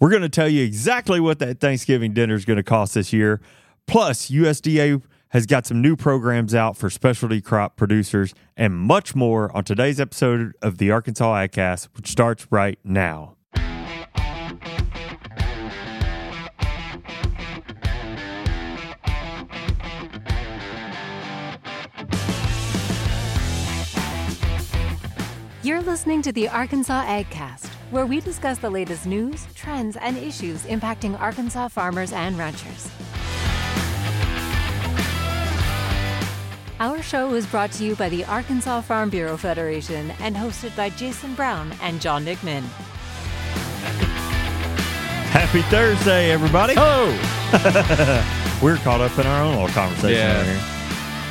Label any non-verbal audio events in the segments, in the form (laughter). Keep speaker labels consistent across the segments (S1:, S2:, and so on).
S1: We're going to tell you exactly what that Thanksgiving dinner is going to cost this year. Plus, USDA has got some new programs out for specialty crop producers and much more on today's episode of the Arkansas AgCast, which starts right now.
S2: You're listening to the Arkansas AgCast, where we discuss the latest news, trends, and issues impacting Arkansas farmers and ranchers. Our show is brought to you by the Arkansas Farm Bureau Federation and hosted by Jason Brown and John Nickman.
S1: Happy Thursday, everybody.
S3: Oh,
S1: (laughs) We're caught up in our own little conversation
S3: Yeah.
S1: right here.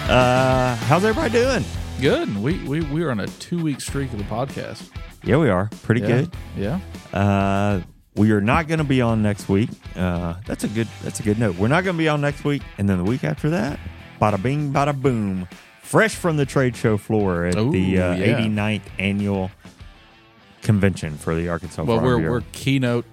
S1: Uh, how's everybody doing?
S3: good. We we we are on a two week streak of the podcast.
S1: Yeah, we are. Pretty
S3: Yeah.
S1: good.
S3: Yeah.
S1: Uh, we are not going to be on next week. Uh, that's a good. That's a good note. We're not going to be on next week, and then the week after that, bada bing, bada boom, fresh from the trade show floor at
S3: Ooh,
S1: the uh,
S3: yeah.
S1: 89th annual convention for the Arkansas.
S3: Well,
S1: Farm
S3: we're
S1: Bureau.
S3: we're keynote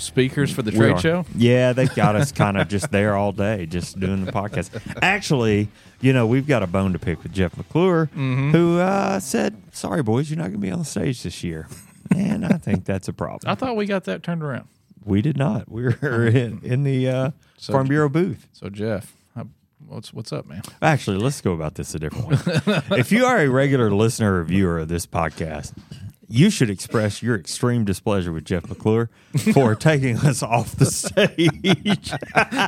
S3: speakers for the
S1: We
S3: trade
S1: are.
S3: show.
S1: Yeah, they've got
S3: (laughs)
S1: us kind of just there all day, just doing the podcast. Actually, you know, we've got a bone to pick with Jeff McClure,
S3: Mm-hmm.
S1: who uh, said, "Sorry, boys, you're not going to be on the stage this year." And I think that's a problem.
S3: I thought we got that turned around.
S1: We did not. We were in, in the uh, Farm Bureau booth.
S3: So Jeff, I, what's what's
S1: (laughs)
S3: up, man?
S1: Actually, let's go about this a different way. (laughs) if you are a regular listener or viewer of this podcast, you should express your extreme displeasure with Jeff McClure (laughs) for taking us off the stage.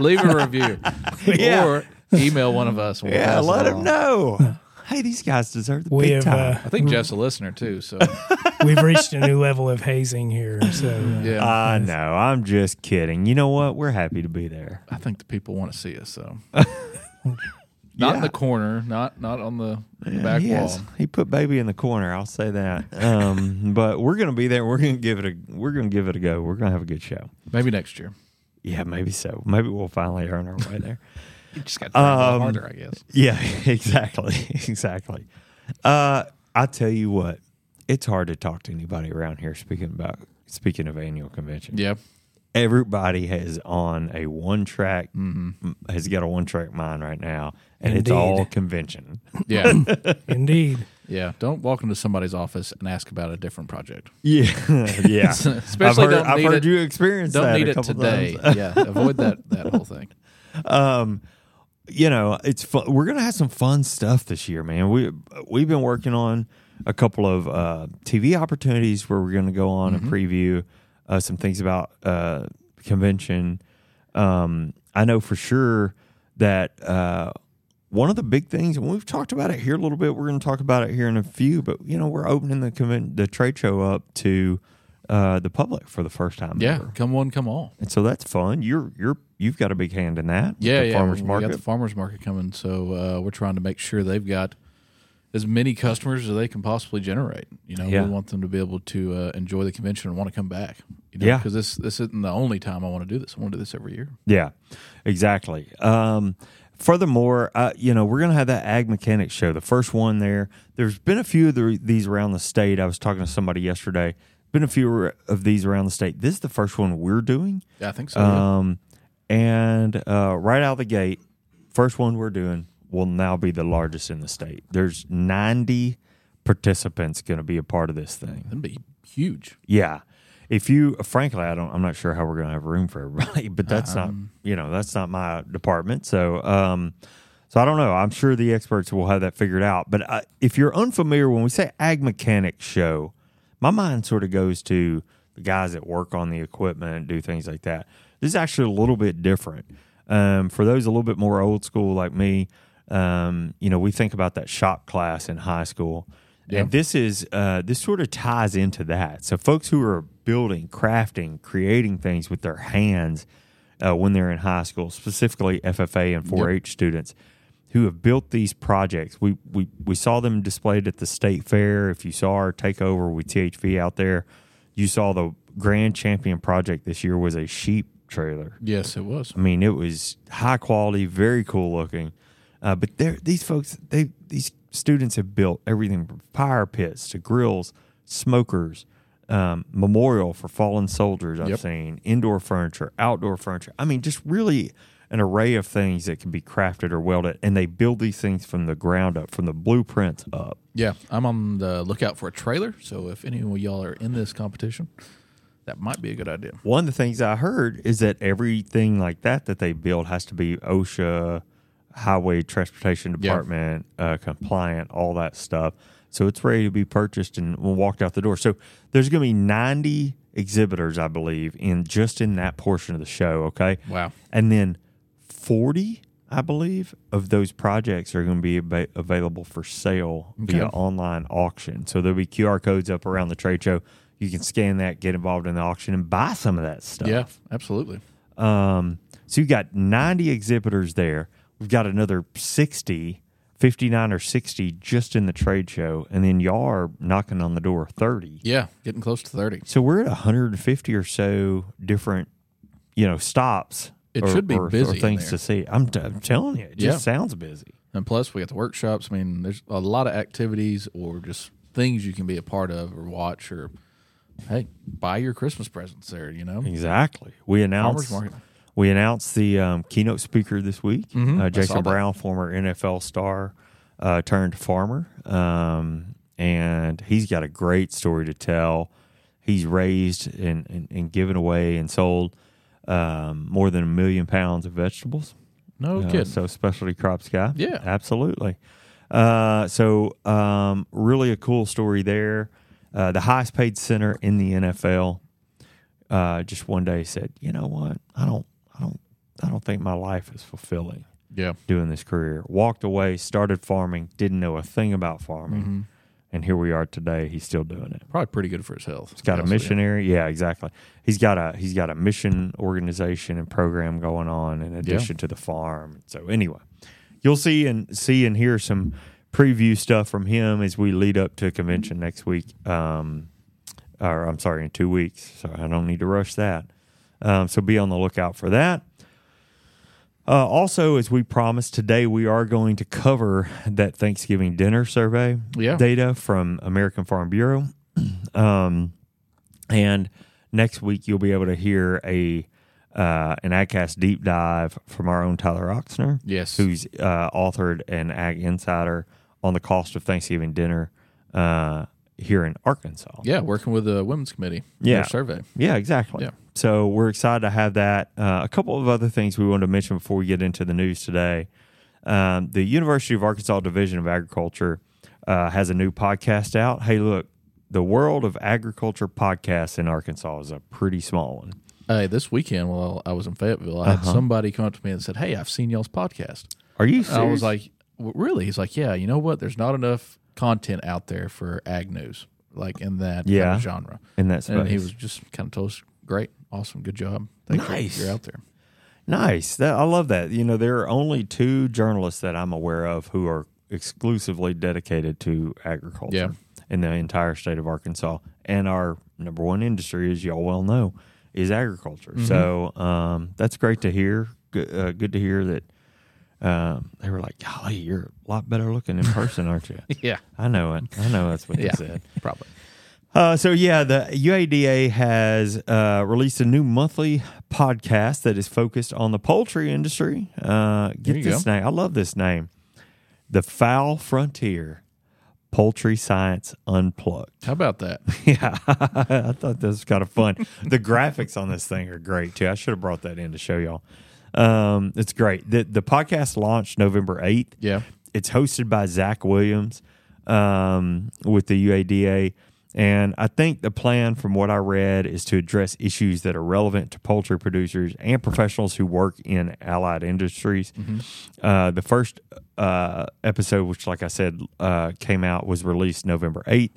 S3: Leave a review
S1: (laughs) Yeah.
S3: or email one of us. and
S1: (laughs)
S3: we'll
S1: yeah,
S3: pass it
S1: let him
S3: along.
S1: know. uh, (laughs) Hey, these guys deserve the
S4: We
S1: big
S4: have,
S1: time.
S3: I think Jeff's a listener too. So
S4: uh, We've reached a new level of hazing here. So uh,
S3: yeah,
S1: I know. I'm just kidding. You know what? We're happy to be there.
S3: I think the people want to see us. So
S1: (laughs)
S3: not
S1: Yeah.
S3: in the corner, not not on the back
S1: he, has-
S3: wall.
S1: he put baby in the corner. I'll say that.
S3: (laughs)
S1: Um, but we're gonna be there. We're gonna give it a. We're gonna give it a go. We're gonna have a good show.
S3: Maybe next year.
S1: Yeah, maybe so. Maybe we'll finally earn our way
S3: (laughs)
S1: there.
S3: You just got to try a little
S1: Um,
S3: harder, I guess.
S1: yeah, (laughs) exactly, exactly. Uh, I tell you what, it's hard to talk to anybody around here. Speaking about speaking of annual convention,
S3: Yeah.
S1: everybody has on a one track
S3: Mm-hmm.
S1: has got a one track mind right now, and it's
S4: Indeed.
S1: all convention. (clears throat)
S3: Yeah.
S4: indeed,
S3: Yeah, don't walk into somebody's office and ask about a different project.
S1: Yeah, yeah. (laughs)
S3: (laughs) Especially
S1: I've heard,
S3: don't
S1: I've
S3: need
S1: heard
S3: it-
S1: you experience
S3: Don't
S1: that
S3: need
S1: a
S3: it
S1: couple
S3: today.
S1: times.
S3: (laughs) yeah, avoid that that
S1: (laughs)
S3: whole thing.
S1: Um, you know, it's fun. We're gonna have some fun stuff this year, man. We we've been working on a couple of uh, TV opportunities where we're gonna go on and preview uh, some things about uh, convention. Um, I know for sure that uh, one of the big things, and we've talked about it here a little bit. We're gonna talk about it here in a few, but you know, we're opening the conven- the trade show up to uh, the public for the first time.
S3: Yeah,
S1: ever.
S3: come one, come all.
S1: and so that's fun. You're you're you've got a big hand in that. with
S3: Yeah,
S1: the
S3: yeah.
S1: farmers
S3: We
S1: market.
S3: got the farmers market coming, so uh, we're trying to make sure they've got as many customers as they can possibly generate. You know,
S1: Yeah.
S3: we want them to be able to uh, enjoy the convention and want to come back. You know,
S1: Yeah.
S3: because this this isn't the only time I want to do this. I want to do this every year.
S1: Yeah, exactly. Um, furthermore, uh, you know, we're going to have that ag mechanics show, the first one there. There's been a few of the, these around the state. I was talking to somebody yesterday. Been a few of these around the state. This is the first one we're doing.
S3: Yeah, I think so.
S1: Um, and uh, right out of the gate, first one we're doing will now be the largest in the state. There's 90 participants going to be a part of this thing.
S3: That'd be huge.
S1: Yeah. If you frankly, I don't I'm not sure how we're gonna have room for everybody, but that's not you know, that's not my department. So um so I don't know. I'm sure the experts will have that figured out. But uh, if you're unfamiliar, when we say ag mechanic show, my mind sort of goes to the guys that work on the equipment, do things like that. This is actually a little bit different. Um, for those a little bit more old school like me, um, you know, we think about that shop class in high school.
S3: Yeah.
S1: And this is uh, this sort of ties into that. So folks who are building, crafting, creating things with their hands uh, when they're in high school, specifically FFA and 4-H students who have built these projects. We we we saw them displayed at the state fair. If you saw our takeover with THV out there, you saw the grand champion project this year was a sheep trailer.
S3: Yes, it was.
S1: I mean, it was high quality, very cool looking. Uh, but they're, these folks, they these students have built everything from fire pits to grills, smokers, um, memorial for fallen soldiers. I've
S3: Yep.
S1: seen indoor furniture, outdoor furniture. I mean, just really an array of things that can be crafted or welded, and they build these things from the ground up, from the blueprints up.
S3: Yeah, I'm on the lookout for a trailer. So if any of y'all are in this competition, that might be a good idea.
S1: One of the things I heard is that everything like that that they build has to be OSHA, Highway Transportation
S3: Yeah.
S1: Department uh, compliant, all that stuff. So it's ready to be purchased and walked out the door. So there's going to be 90 exhibitors, I believe, in just in that portion of the show. Okay.
S3: Wow.
S1: And then 40, I believe, of those projects are going to be ava- available for sale via
S3: Okay.
S1: online auction. So there'll be QR codes up around the trade show. You can scan that, get involved in the auction, and buy some of that stuff.
S3: Yeah, absolutely.
S1: Um, so you've got 90 exhibitors there. We've got another 60, 59 or 60 just in the trade show. And then y'all are knocking on the door of 30.
S3: Yeah, getting close to 30.
S1: So we're at 150 or so different, you know, stops.
S3: It
S1: or-
S3: should be
S1: or, or
S3: busy in
S1: things
S3: there.
S1: to see. I'm, t- I'm telling you, it just
S3: Yeah.
S1: sounds busy.
S3: And plus, we got the workshops. I mean, there's a lot of activities or just things you can be a part of or watch or, hey, buy your Christmas presents there, you know?
S1: Exactly. We announced
S3: Farmers market.
S1: we announced the um, keynote speaker this week, uh,
S3: Mm-hmm. that.
S1: Jason Brown, former NFL star uh, turned farmer, um, and he's got a great story to tell. He's raised and, and, and given away and sold um, more than a million pounds of vegetables.
S3: No
S1: Uh,
S3: kidding.
S1: so specialty crops guy.
S3: Oh, Yeah.
S1: absolutely. Uh, so um, really a cool story there. Uh, the highest paid center in the NFL uh, just one day said, you know what, I don't, I don't, I don't think my life is fulfilling
S3: yeah.
S1: doing this career. Walked away, started farming, didn't know a thing about farming, and here we are today. He's still doing it.
S3: Probably pretty good for his health.
S1: He's got a missionary. Yeah, exactly. He's got a he's got a mission organization and program going on in addition to the farm. So anyway, you'll see and see and hear some preview stuff from him as we lead up to convention next week. Um, or I'm sorry, in two weeks. So I don't need to rush that. Um, so be on the lookout for that. Uh, also, as we promised today, we are going to cover that Thanksgiving dinner survey
S3: Yeah.
S1: data from American Farm Bureau. um, and next week, you'll be able to hear a uh, an AgCast deep dive from our own Tyler Oxner,
S3: Yes.
S1: who's uh, authored an Ag Insider on the cost of Thanksgiving dinner uh, here in Arkansas.
S3: Yeah, working with the women's committee.
S1: Yeah.
S3: their survey.
S1: Yeah, exactly.
S3: Yeah.
S1: So we're excited to have that. Uh, a couple of other things we wanted to mention before we get into the news today. Um, the University of Arkansas Division of Agriculture uh, has a new podcast out. Hey, look, the world of agriculture podcasts in Arkansas is a pretty small one.
S3: Hey, this weekend while I was in Fayetteville, I had
S1: Uh-huh.
S3: somebody come up to me and said, "Hey, I've seen y'all's podcast."
S1: Are you
S3: I was
S1: serious?
S3: like, "W- "Really?" He's like, "Yeah, you know what? There's not enough content out there for ag news, like in that kind of
S1: Yeah.
S3: genre."
S1: in that space?
S3: And he was just kind of told us, "Great, awesome, good job, Thank you.
S1: Nice.
S3: You're
S1: (laughs)
S3: out there."
S1: Nice. That, I love that. You know, there are only two journalists that I'm aware of who are exclusively dedicated to agriculture in the entire state of Arkansas. And our number one industry, as y'all well know, is agriculture.
S3: Mm-hmm.
S1: So um, that's great to hear. Good, uh, good to hear that um, they were like, golly, you're a lot better looking in person, aren't
S3: (laughs)
S1: you?
S3: Yeah,
S1: I know it. I know that's what they
S3: yeah,
S1: said.
S3: probably.
S1: Uh, so yeah, the UADA has uh, released a new monthly podcast that is focused on the poultry industry. Uh,
S3: you
S1: get this name. I love this name. The Foul Frontier Poultry Science Unplugged. (laughs)
S3: How about that?
S1: Yeah, I thought that was kind of fun. the graphics on this thing are great too. I should have brought that in to show y'all. Um, it's great. The, the podcast launched November 8th
S3: Yeah,
S1: it's hosted by Zach Williams um, with the UADA. And I think the plan, from what I read, is to address issues that are relevant to poultry producers and professionals who work in allied industries. Uh, the first uh, episode, which, like I said, uh, came out, was released November 8th,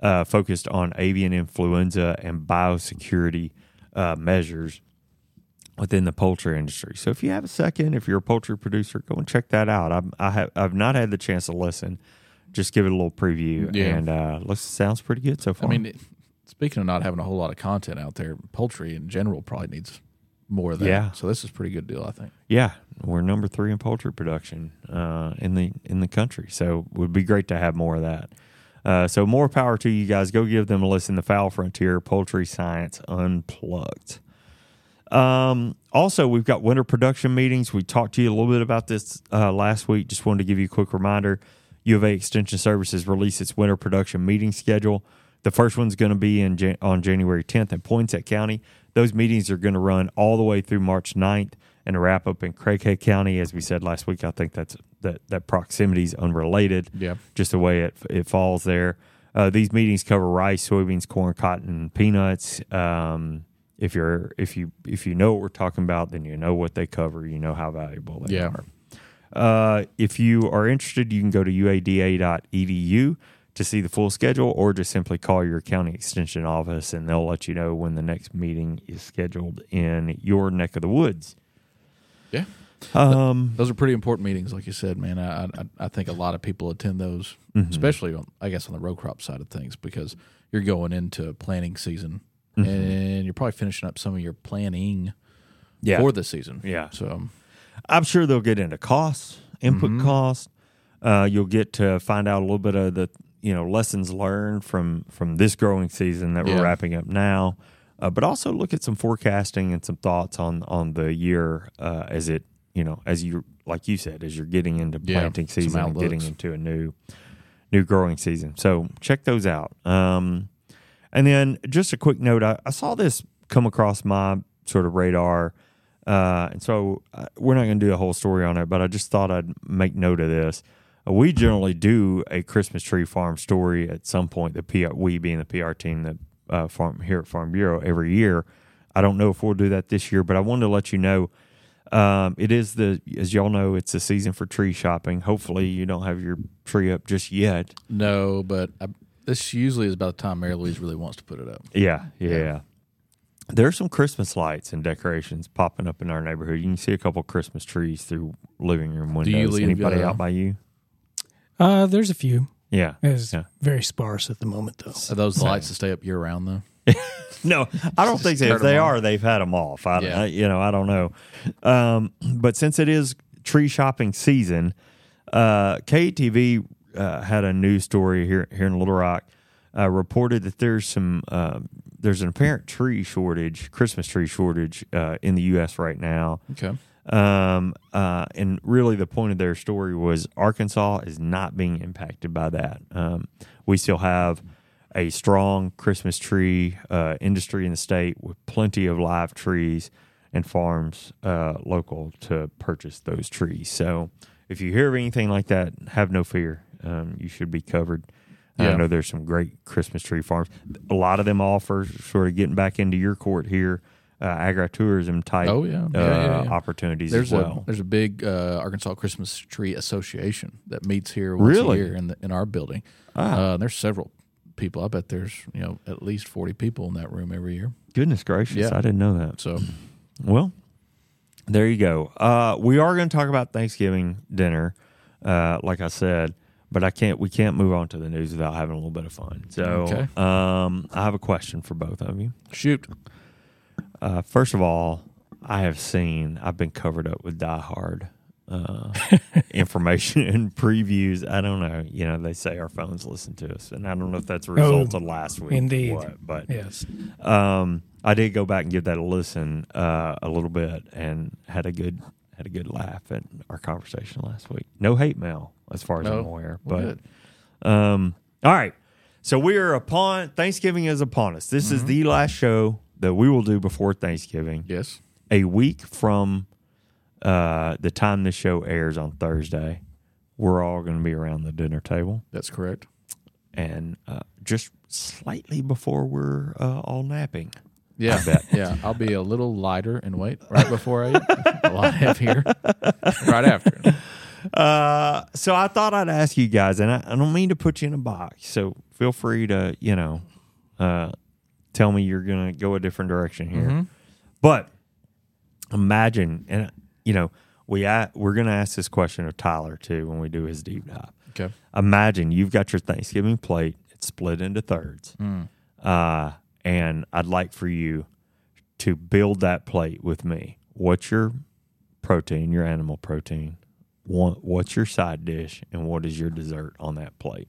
S1: uh, focused on avian influenza and biosecurity uh, measures within the poultry industry. So if you have a second, if you're a poultry producer, go and check that out. I'm, I have I've not had the chance to listen. Just give it a little preview,
S3: Yeah.
S1: and uh, looks sounds pretty good so
S3: I
S1: far.
S3: mean, it, speaking of not having a whole lot of content out there, poultry in general probably needs more of that.
S1: Yeah.
S3: So this is a pretty good deal, I think.
S1: yeah, we're number three in poultry production uh, in the in the country, so it would be great to have more of that. Uh, so more power to you guys. Go give them a listen. The Foul Frontier Poultry Science Unplugged. Um, also, we've got winter production meetings. We talked to you a little bit about this uh, last week. Just wanted to give you a quick reminder. U of A Extension Services released its winter production meeting schedule. The first one's going to be in Jan- on January 10th in Poinsett County. Those meetings are going to run all the way through March 9th and wrap up in Craighead County. As we said last week, I think that's that that proximity is unrelated.
S3: Yeah.
S1: just the way it it falls there. Uh, these meetings cover rice, soybeans, corn, cotton, peanuts. Um, if you're if you if you know what we're talking about, then you know what they cover. You know how valuable they
S3: Yeah.
S1: are. Uh, if you are interested, you can go to uada.edu E to see the full schedule, or just simply call your county extension office, and they'll let you know when the next meeting is scheduled in your neck of the woods.
S3: Yeah.
S1: Um,
S3: Those are pretty important meetings, like you said, man. I I, I think a lot of people attend those,
S1: Mm-hmm.
S3: especially on I guess on the row crop side of things, because you're going into planting season
S1: Mm-hmm.
S3: and you're probably finishing up some of your planning
S1: yeah,
S3: for the season.
S1: Yeah.
S3: So
S1: I'm sure they'll get into costs, input
S3: Mm-hmm.
S1: costs. Uh, you'll get to find out a little bit of the you know lessons learned from from this growing season that
S3: Yeah.
S1: we're wrapping up now, uh, but also look at some forecasting and some thoughts on on the year uh, as it you know as you like you said as you're getting into
S3: Yeah,
S1: planting
S3: some
S1: season and getting
S3: outlooks.
S1: into a new new growing season. So check those out. Um, and then just a quick note I, I saw this come across my sort of radar. Uh, and so uh, we're not going to do a whole story on it, but I just thought I'd make note of this. Uh, We generally do a Christmas tree farm story at some point, the PR, we being the PR team that uh, farm here at Farm Bureau every year. I don't know if we'll do that this year, but I wanted to let you know um, it is the, as y'all know, it's the season for tree shopping. Hopefully, you don't have your tree up just yet.
S3: no, but I, this usually is about the time Mary Louise really wants to put it up.
S1: Yeah, yeah. yeah. There's some Christmas lights and decorations popping up in our neighborhood. You can see a couple Christmas trees through living room windows.
S3: you leave,
S1: Anybody
S3: uh,
S1: out by you?
S4: Uh, there's a few.
S1: Yeah.
S4: It's
S1: Yeah.
S4: very sparse at the moment, though.
S3: Are those the lights that stay up year round though?
S1: No, I don't think so.
S3: turn
S1: If they
S3: them
S1: are, they've had them off. I,
S3: Yeah.
S1: I- you know, I don't know. Um, but since it is tree shopping season, uh, KTV uh, had a news story here here in Little Rock. Uh, reported that there's some uh, there's an apparent tree shortage, Christmas tree shortage uh, in the U.S. right now.
S3: Okay.
S1: Um, uh, and really, the point of their story was Arkansas is not being impacted by that. Um, we still have a strong Christmas tree uh, industry in the state with plenty of live trees and farms uh, local to purchase those trees. So, if you hear of anything like that, have no fear. Um, you should be covered. I
S3: Yeah.
S1: know there's some great Christmas tree farms. A lot of them offer sort of getting back into your court here, uh, agritourism type
S3: Oh, yeah.
S1: uh,
S3: Yeah, yeah, yeah.
S1: opportunities
S3: There's
S1: as well.
S3: a there's a big uh, Arkansas Christmas Tree Association that meets here once
S1: Really?
S3: a year in the, in our building.
S1: Ah.
S3: Uh, there's several people. I bet there's you know at least forty people in that room every year.
S1: Goodness gracious,
S3: Yeah.
S1: I didn't know that.
S3: So
S1: Well, there you go. Uh, we are going to talk about Thanksgiving dinner, uh, like I said, but I can't. We can't move on to the news without having a little bit of fun. So,
S3: Okay.
S1: um, I have a question for both of you.
S3: shoot,
S1: Uh, first of all, I have seen I've been covered up with Die Hard uh, information and previews. I don't know. You know, they say our phones listen to us, and I don't know if that's a result
S4: Oh,
S1: of last week. or
S4: indeed.
S1: what, but
S4: Yes.
S1: um, I did go back and give that a listen uh, a little bit, and had a good had a good laugh at our conversation last week. No hate mail, as far as
S3: No.
S1: I'm aware.
S3: Well,
S1: But um, all right, so we are upon Thanksgiving is upon us. This
S3: Mm-hmm.
S1: is the last show that we will do before Thanksgiving.
S3: yes,
S1: A week from uh, the time this show airs on Thursday, we're all going to be around the dinner table
S3: that's correct.
S1: and uh, just slightly before we're uh, all napping.
S3: Yeah,
S1: bet.
S3: (laughs) yeah. I'll be a little lighter in weight
S1: (laughs)
S3: right before I eat. a lot heavier right after.
S1: Uh, so I thought I'd ask you guys, and I, I don't mean to put you in a box, so feel free to, you know, uh, tell me you're going to go a different direction here. But imagine, and, you know, we a we're going to ask this question of Tyler too when we do his deep dive.
S3: Okay,
S1: Imagine you've got your Thanksgiving plate, it's split into thirds. Uh, and I'd like for you to build that plate with me. What's your protein, your animal protein? What, what's your side dish, and what is your dessert on that plate?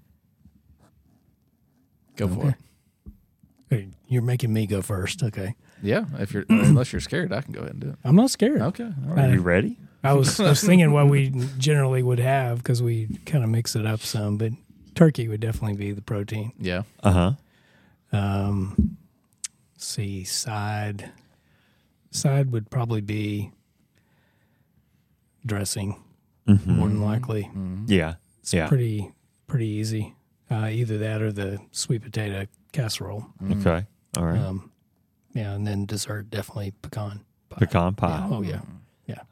S3: Go for it.
S4: Hey, You're making me go first. Okay.
S3: Yeah, if you're unless you're scared, I can go ahead and do it.
S4: I'm not scared.
S3: Okay. all
S1: Are
S3: right.
S1: you ready?
S4: I was I was thinking what we generally would have because we kind of mix it up some, but turkey would definitely be the protein.
S3: Yeah.
S1: Uh huh.
S4: Um, let's see side side would probably be dressing more
S3: Mm-hmm.
S4: than likely.
S1: Mm-hmm. Yeah. yeah.
S4: Pretty pretty easy. Uh, either that or the sweet potato casserole.
S1: okay. All right.
S4: Um, yeah, and then dessert definitely pecan. pie.
S1: Pecan pie.
S4: Oh yeah.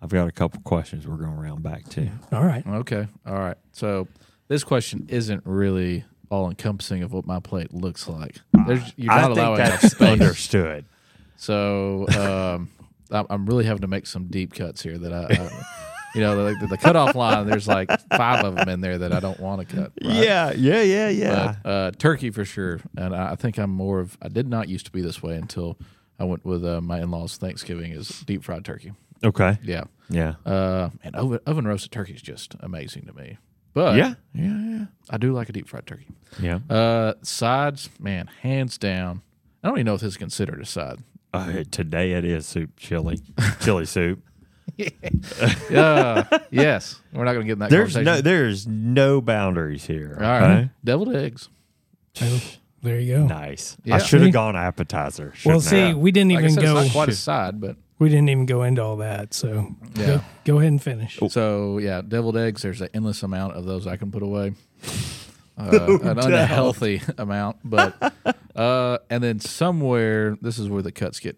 S1: I've got a couple questions. We're going to round back to.
S4: All right.
S3: Okay. All right. So this question isn't really all encompassing of what my plate looks like. There's, you're
S1: I
S3: not
S1: think
S3: allowing enough
S1: that's
S3: space.
S1: understood.
S3: So um, I- I'm really having to make some deep cuts here that I, I you know, like the, the cutoff line. There's like five of them in there that I don't want to cut. right?
S1: Yeah. Yeah. Yeah. Yeah.
S3: But, uh, turkey for sure, and I, I think I'm more of. I did not used to be this way until I went with uh, my in-laws Thanksgiving is deep fried turkey.
S1: okay.
S3: Yeah,
S1: Yeah.
S3: uh, and oven, oven roasted turkey is just amazing to me. But
S1: yeah. Yeah. Yeah.
S3: I do like a deep fried turkey.
S1: Yeah.
S3: Uh, sides, man, hands down. I don't even know if this is considered
S1: (laughs)
S3: a side.
S1: Uh, today it is soup
S3: (laughs)
S1: chili, chili soup.
S3: Uh, yes, we're not going to get in that
S1: There's
S3: conversation.
S1: no there's no boundaries here.
S3: All right. Deviled eggs.
S4: So, there you go.
S1: Nice.
S3: Yeah.
S1: I should have gone appetizer.
S4: Well,
S1: shouldn't
S4: see,
S1: I?
S4: we didn't
S3: Like I
S4: even
S3: said, it's
S4: go.
S3: not quite a side, but
S4: We didn't even go into all that. So
S3: yeah.
S4: go ahead and finish.
S3: So yeah, deviled eggs. There's an endless amount of those I can put away. Uh, an unhealthy amount, but uh, and then somewhere this is where the cuts get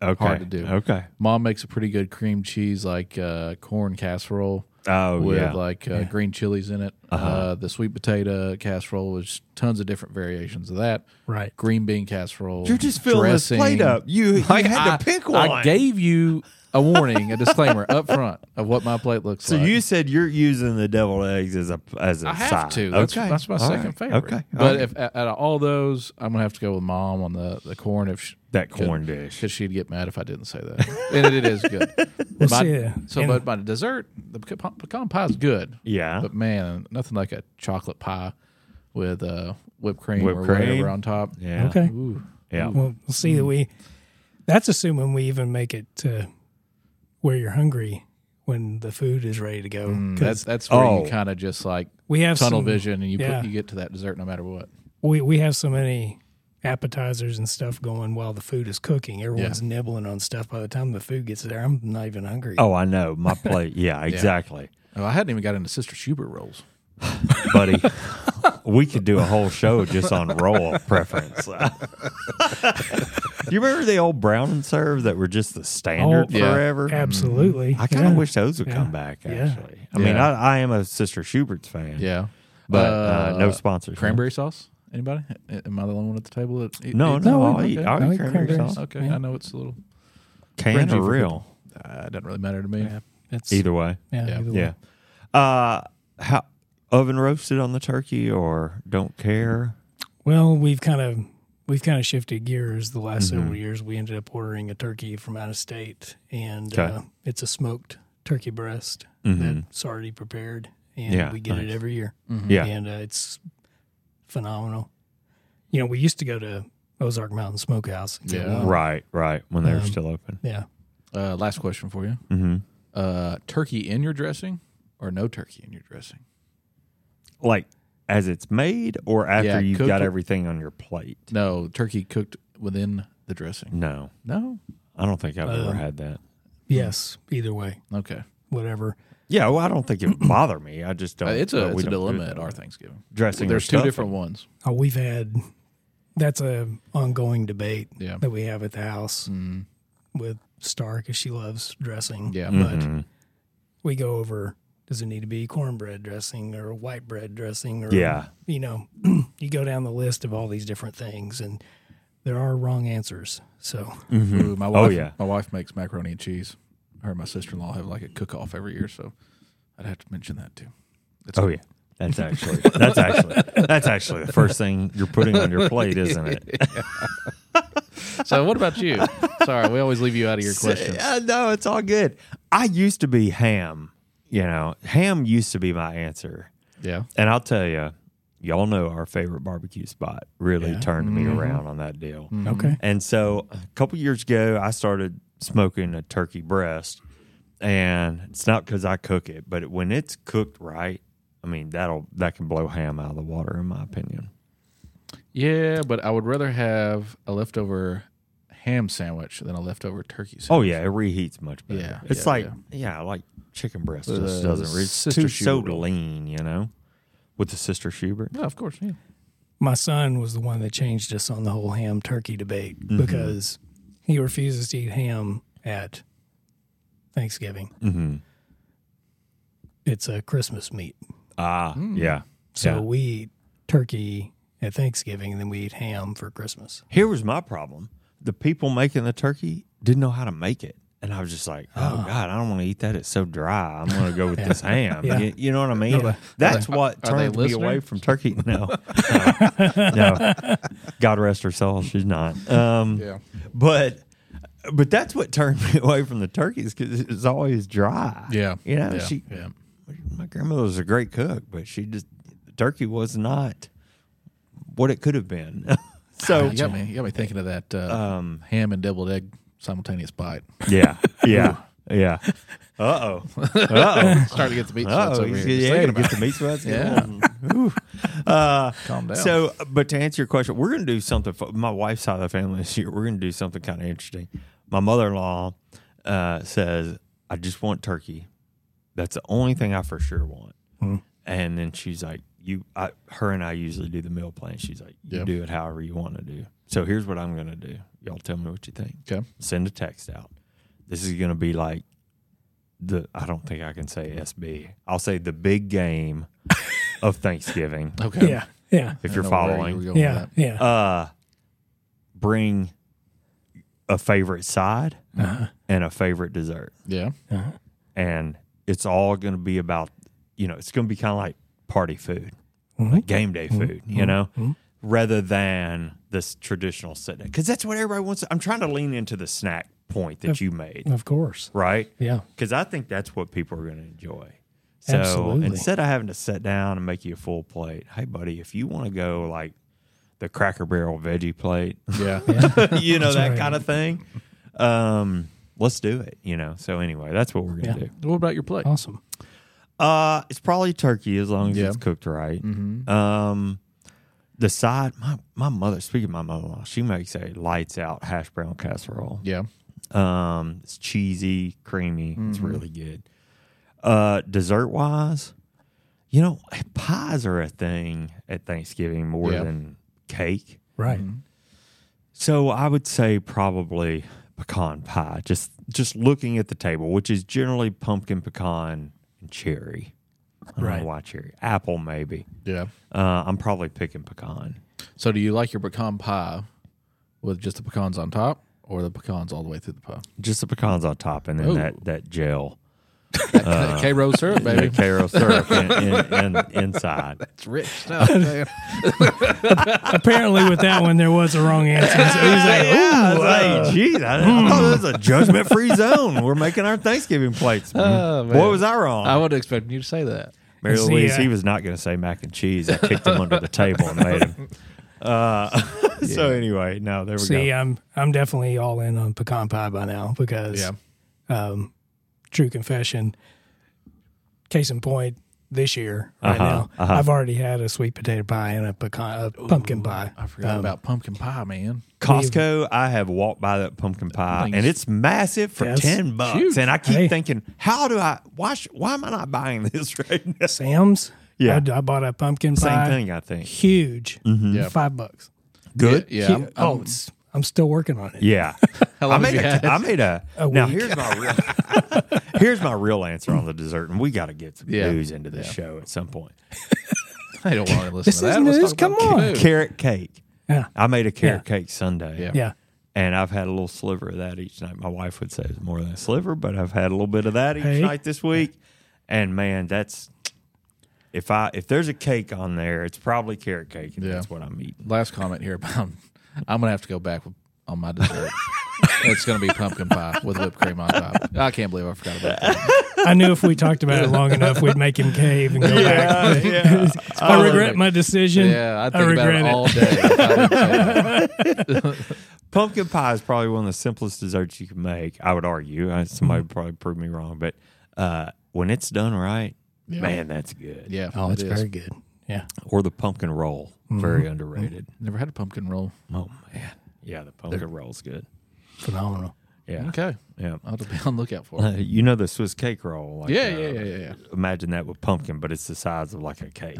S1: okay.
S3: hard to do.
S1: Okay.
S3: Mom makes a pretty good cream cheese, like uh, corn casserole
S1: Oh
S3: with
S1: yeah.
S3: like uh, green chilies in it. uh the sweet potato casserole was tons of different variations of that.
S4: Right.
S3: Green bean casserole.
S1: You're just filling this
S3: dressing.
S1: plate up. You, you
S3: Like,
S1: had
S3: I-
S1: to pick one.
S3: I gave you a warning, a disclaimer up front of what my plate looks
S1: so
S3: like.
S1: you said you're using the deviled eggs as a as a
S3: I have
S1: side.
S3: to. That's,
S1: okay.
S3: that's my
S1: All
S3: second
S1: right.
S3: favorite.
S1: Okay. Oh,
S3: But
S1: Okay.
S3: if out of all those, I'm gonna have to go with mom on the the corn if she,
S1: that corn dish.
S3: because she'd get mad if I didn't say that, and it is good.
S4: We'll
S3: My-
S4: see ya.
S3: so,
S4: And-
S3: but my dessert, the pecan, pecan pie is good.
S1: Yeah.
S3: But man, nothing like a chocolate pie with uh, whipped cream
S1: Whipped
S3: or
S1: cream.
S3: whatever on top.
S1: yeah. Um,
S4: Okay.
S3: Ooh.
S1: Yeah.
S4: Well, we'll see that we. That's assuming we even make it to where you're hungry when the food is ready to go.
S3: That's
S4: 'Cause
S3: that's where
S1: Oh.
S3: you kind of just like
S4: we have
S3: tunnel
S4: some,
S3: vision, and you
S4: yeah.
S3: put, you get to that dessert no matter what.
S4: We we have so many appetizers and stuff going while the food is cooking. Everyone's nibbling on stuff. By the time the food gets there, I'm not even hungry.
S1: Oh, I know my plate.
S3: (laughs)
S1: Yeah, exactly,
S3: Oh, I hadn't even got into Sister Schubert rolls.
S1: buddy. We could do a whole show just on roll preference. you remember the old brown and serve that were just the standard
S3: yeah.
S1: forever?
S4: absolutely.
S1: Mm. I kind of
S4: Yeah.
S1: wish those would come
S4: Yeah.
S1: back.
S4: Yeah.
S1: Actually, I mean,
S3: Yeah.
S1: I, I am a Sister Schubert's fan.
S3: Yeah,
S1: but uh, no sponsors.
S3: Cranberry sauce? Anybody? Am I the only one at the table that? eat-
S1: No,
S3: eats-
S1: no, I'll
S3: okay.
S1: eat, I'll
S4: I
S1: eat
S4: like
S1: cranberry
S4: cranberries.
S1: sauce.
S3: Okay, I know it's a little.
S1: Can
S3: Cringy
S1: or
S3: for
S1: real?
S3: Uh, it doesn't really matter to me.
S4: That's
S1: Either way.
S4: Yeah.
S3: yeah.
S4: either way.
S1: Yeah. Uh, how oven roasted on the turkey or don't care?
S4: Well, we've kind of we've kind of shifted gears the last several
S1: Mm-hmm.
S4: years. We ended up ordering a turkey from out of state, and
S1: Okay. Mm-hmm.
S4: uh, it's a smoked turkey breast
S3: Mm-hmm.
S4: that's already prepared, and
S1: Yeah,
S4: we get it
S1: nice.
S4: every year,
S1: Yeah.
S4: and uh, it's phenomenal. You know, we used to go to Ozark Mountain Smokehouse. and get
S3: Yeah.
S4: one.
S1: Right. Right. When they were still open.
S4: yeah.
S3: Uh, last question for you:
S1: Mhm.
S3: uh, turkey in your dressing or no turkey in your dressing?
S1: Like as it's made or after
S3: Yeah,
S1: you've
S3: cooked
S1: got
S3: it-
S1: everything on your plate.
S3: No, turkey cooked within the dressing.
S1: No,
S3: No.
S1: I don't think I've ever had that.
S4: Yes. Either way,
S3: Okay,
S4: whatever.
S1: Yeah. Well, I don't think it would bother me. I just don't.
S3: Uh, it's
S1: but
S3: a
S1: we
S3: it's a
S1: don't do
S3: dilemma
S1: it
S3: at
S1: that
S3: our
S1: way.
S3: Thanksgiving.
S1: dressing. or
S3: There's two
S1: stuffing.
S3: different ones.
S4: Oh, we've had that's a ongoing debate
S3: Yeah. Mm-hmm.
S4: that we have at the house with Star because she loves dressing.
S3: Yeah.
S4: but we go over does it need to be cornbread dressing or white bread dressing or
S1: Yeah.
S4: you know (clears throat) you go down the list of all these different things and there are wrong answers so
S3: Ooh, my
S1: Mm-hmm.
S3: wife,
S1: Oh, yeah.
S3: my wife makes macaroni and cheese. Her and my sister in law have like a cook off every year, so I'd have to mention that too. It's
S1: Oh yeah. That's actually that's actually that's actually the first thing you're putting on your plate, isn't
S3: (laughs)
S1: it?
S3: So what
S1: (laughs)
S3: about you? Sorry, we always leave you out of your questions.
S1: Uh, no, it's all good. I used to be ham. You know, ham used to be my answer,
S3: Yeah.
S1: and I'll tell you, y'all know our favorite barbecue spot really turned me
S3: Mm-hmm.
S1: around on that deal.
S4: Okay.
S1: And so a couple years ago, I started smoking a turkey breast, and it's not because I cook it, but when it's cooked right, I mean that'll that can blow ham out of the water, in my opinion.
S3: Yeah, but I would rather have a leftover ham sandwich than a leftover turkey sandwich.
S1: Oh yeah, it reheats much better.
S3: Yeah,
S1: it's
S3: yeah,
S1: like
S3: yeah.
S1: yeah. like chicken breast
S3: With
S1: just
S3: a
S1: doesn't. Re- it's
S3: Sister
S1: too so
S3: Schubert.
S1: lean, you know, with the sister Schubert.
S3: Oh, Yeah, of course. Yeah.
S4: my son was the one that changed us on the whole ham turkey debate
S1: Mm-hmm.
S4: because he refuses to eat ham at Thanksgiving.
S1: Mm-hmm.
S4: It's a Christmas meat.
S1: Ah,
S3: Mm.
S1: yeah.
S4: So
S1: Yeah.
S4: we eat turkey at Thanksgiving and then we eat ham for Christmas.
S1: Here was my problem: the people making the turkey didn't know how to make it, and I was just like, "Oh
S3: Ah.
S1: God, I don't want to eat that. It's so dry. I'm going to go with
S3: (laughs)
S1: this ham."
S4: Yeah.
S1: You, you know what I mean? That's what
S3: are they
S1: turned me away
S3: listening?
S1: from turkey.
S3: (laughs)
S1: No, no, no. God rest her soul. She's not. Um,
S3: Yeah.
S1: but but that's what turned (laughs) me away from the turkeys because it's always dry.
S3: Yeah.
S1: you know,
S3: Yeah.
S1: she
S3: Yeah.
S1: my grandmother was a great cook, but she just the turkey was not what it could have been. (laughs) so Um,
S3: You got me. You got me thinking of that uh, ham and deviled egg
S1: (laughs)
S3: simultaneous bite. (laughs)
S1: yeah, yeah, yeah. Uh oh, uh oh.
S3: Starting to get the (laughs) meat sweats
S1: Oh,
S3: over here. Just
S1: yeah, yeah,
S3: thinking about
S1: get the meat sweats.
S3: Yeah.
S1: Ooh. Uh,
S3: Calm down.
S1: So, but to answer your question, we're going to do something. fu- My wife's side of the family this year, we're going to do something kind of interesting. My mother in law uh, says, I just want turkey. That's the only thing I for sure want.
S3: Mm-hmm.
S1: And then she's like, you, I, her and I usually do the meal plan. She's like, you
S3: Yep.
S1: do it however you want to do. So here's what I'm going to do. Y'all tell me what you think.
S3: it. Okay.
S1: Send a text out. This is going to be like the, I don't think I can say SB. I'll say the big
S3: (laughs)
S1: game of Thanksgiving
S3: Okay.
S4: Yeah. Yeah.
S1: if
S3: I
S1: you're
S3: don't know where you were
S1: following.
S3: going with
S4: Yeah.
S3: that.
S4: Yeah.
S1: Uh, bring a favorite side and a favorite dessert,
S3: Yeah.
S1: and it's all going to be about you know it's going to be kind of like party food,
S4: Mhm.
S1: game day food, you know, rather than this traditional sit down because that's what everybody wants. I'm trying to lean into the snack point that you made,
S4: Of course.
S1: right?
S4: Yeah.
S1: because I think that's what people are going to enjoy. So
S4: Absolutely.
S1: instead of having to sit down and make you a full plate, hey buddy, if you want to go like the Cracker Barrel veggie plate,
S3: Yeah.
S1: (laughs) you know that
S4: right.
S1: kind of thing, um, let's do it. You know. So anyway, that's what we're going to
S4: Yeah.
S1: do.
S3: What about your plate?
S4: Awesome.
S1: Uh, it's probably turkey as long as
S3: Yeah. Mm-hmm.
S1: it's cooked right. Um, the side, my my mother. Speaking of my mother-in-law, she makes a lights out hash brown casserole.
S3: Yeah.
S1: Um, it's cheesy, creamy. It's
S3: Mm-hmm.
S1: really good. Uh, dessert wise, you know, pies are a thing at Thanksgiving more
S3: Yeah.
S1: than cake.
S4: Right.
S1: Mm-hmm. So I would say probably pecan pie. Just just looking at the table, which is generally pumpkin, pecan, and cherry. I don't know
S4: Right.
S1: why cherry? Apple maybe.
S3: Yeah.
S1: Uh, I'm probably picking pecan.
S3: So do you like your pecan pie with just the pecans on top or the pecans all the way through the pie?
S1: Just the pecans on top, and then
S3: Ooh.
S1: that that gel,
S3: K Rose syrup,
S1: the
S3: baby.
S1: Cairo syrup in, in, in, inside.
S3: It's rich stuff. man.
S4: Apparently, with that one, there was a wrong
S1: (laughs)
S4: answer. So he's like,
S1: yeah, I was like, (laughs) geez, I, didn't, I thought this was a judgment free zone. We're making our Thanksgiving plates. Boy,
S3: man.
S1: was I wrong.
S3: I would expect you to say that.
S1: Mary
S4: See,
S1: Louise,
S4: uh,
S1: he was not going to say mac and cheese. I kicked him under the table and made him. (laughs) Uh, (laughs) So anyway, no, there we
S4: See,
S1: go.
S4: I'm I'm definitely all in on pecan pie by now because,
S3: Yeah.
S4: um, true confession. Case in point, this year right
S1: Uh-huh,
S4: now, I've already had a sweet potato pie and a pecan, a pumpkin pie. Uh,
S3: I forgot about pumpkin pie, man.
S1: Costco, I have walked by that pumpkin pie,
S3: Nice.
S1: and it's massive for
S4: Yes.
S1: ten bucks.
S3: Huge.
S1: And I keep
S4: Hey.
S1: thinking, how do I? Why? Sh- why am I not buying (laughs) this right now?
S4: Sam's.
S1: Yeah.
S4: I, I bought a pumpkin
S1: Same
S4: pie.
S1: thing, I think. Mm-hmm.
S4: Huge.
S3: Yeah.
S4: Five bucks.
S1: Good.
S3: Yeah.
S4: Hu- oh, it's, I'm still working on it.
S1: Yeah.
S3: (laughs)
S1: I
S3: How long
S1: made
S3: have you had
S1: a,
S3: it?
S1: I made a,
S4: A
S1: now
S4: week.
S1: here's my
S4: (laughs)
S1: real (laughs) here's my real answer on the dessert, and we got to get some
S3: Yeah.
S1: news into this show at some point.
S3: I don't want to listen
S4: This
S3: to that.
S4: is
S3: Let's
S4: news.
S3: talk about
S4: Come on.
S3: food.
S1: Carrot cake.
S4: Yeah.
S1: I made a carrot
S4: Yeah.
S1: cake Sunday.
S3: Yeah.
S4: Yeah.
S1: And I've had a little sliver of that each night. My wife would say it's more than a sliver, but I've had a little bit of that each
S4: Hey.
S1: night this week. And man, that's if I if there's a cake on there, it's probably carrot cake, and
S3: Yeah. (laughs)
S1: that's what I'm eating.
S3: Last comment here, but I'm, I'm going to have to go back with, on my dessert. It's going to be pumpkin pie with whipped cream on top. I can't believe I forgot about that.
S4: I knew if we talked about it long enough, we'd make him cave and
S3: (laughs)
S4: go back.
S1: (laughs)
S4: I regret my decision.
S3: Yeah, I
S4: I
S3: think about
S4: regret
S3: it
S4: it.
S3: all day. I didn't say that.
S1: Pumpkin pie is probably one of the simplest desserts you can make. I would argue. Uh, Somebody would probably prove me wrong, but uh, when it's done right, man, that's good.
S3: Yeah,
S4: Oh, it's
S3: it is.
S4: very good. Yeah.
S1: Or the pumpkin roll,
S3: Mm-hmm.
S1: very underrated.
S3: Never had a pumpkin roll.
S1: Oh man, yeah, the pumpkin roll's good.
S4: Phenomenal.
S1: Yeah,
S3: Okay,
S1: yeah.
S3: I'll have to be on the lookout for
S1: Uh, (laughs)
S3: it.
S1: you know the Swiss cake roll? Like,
S3: Yeah,
S1: uh,
S3: yeah, yeah, yeah. Ah,
S1: Imagine that with pumpkin, but it's the size of like a cake.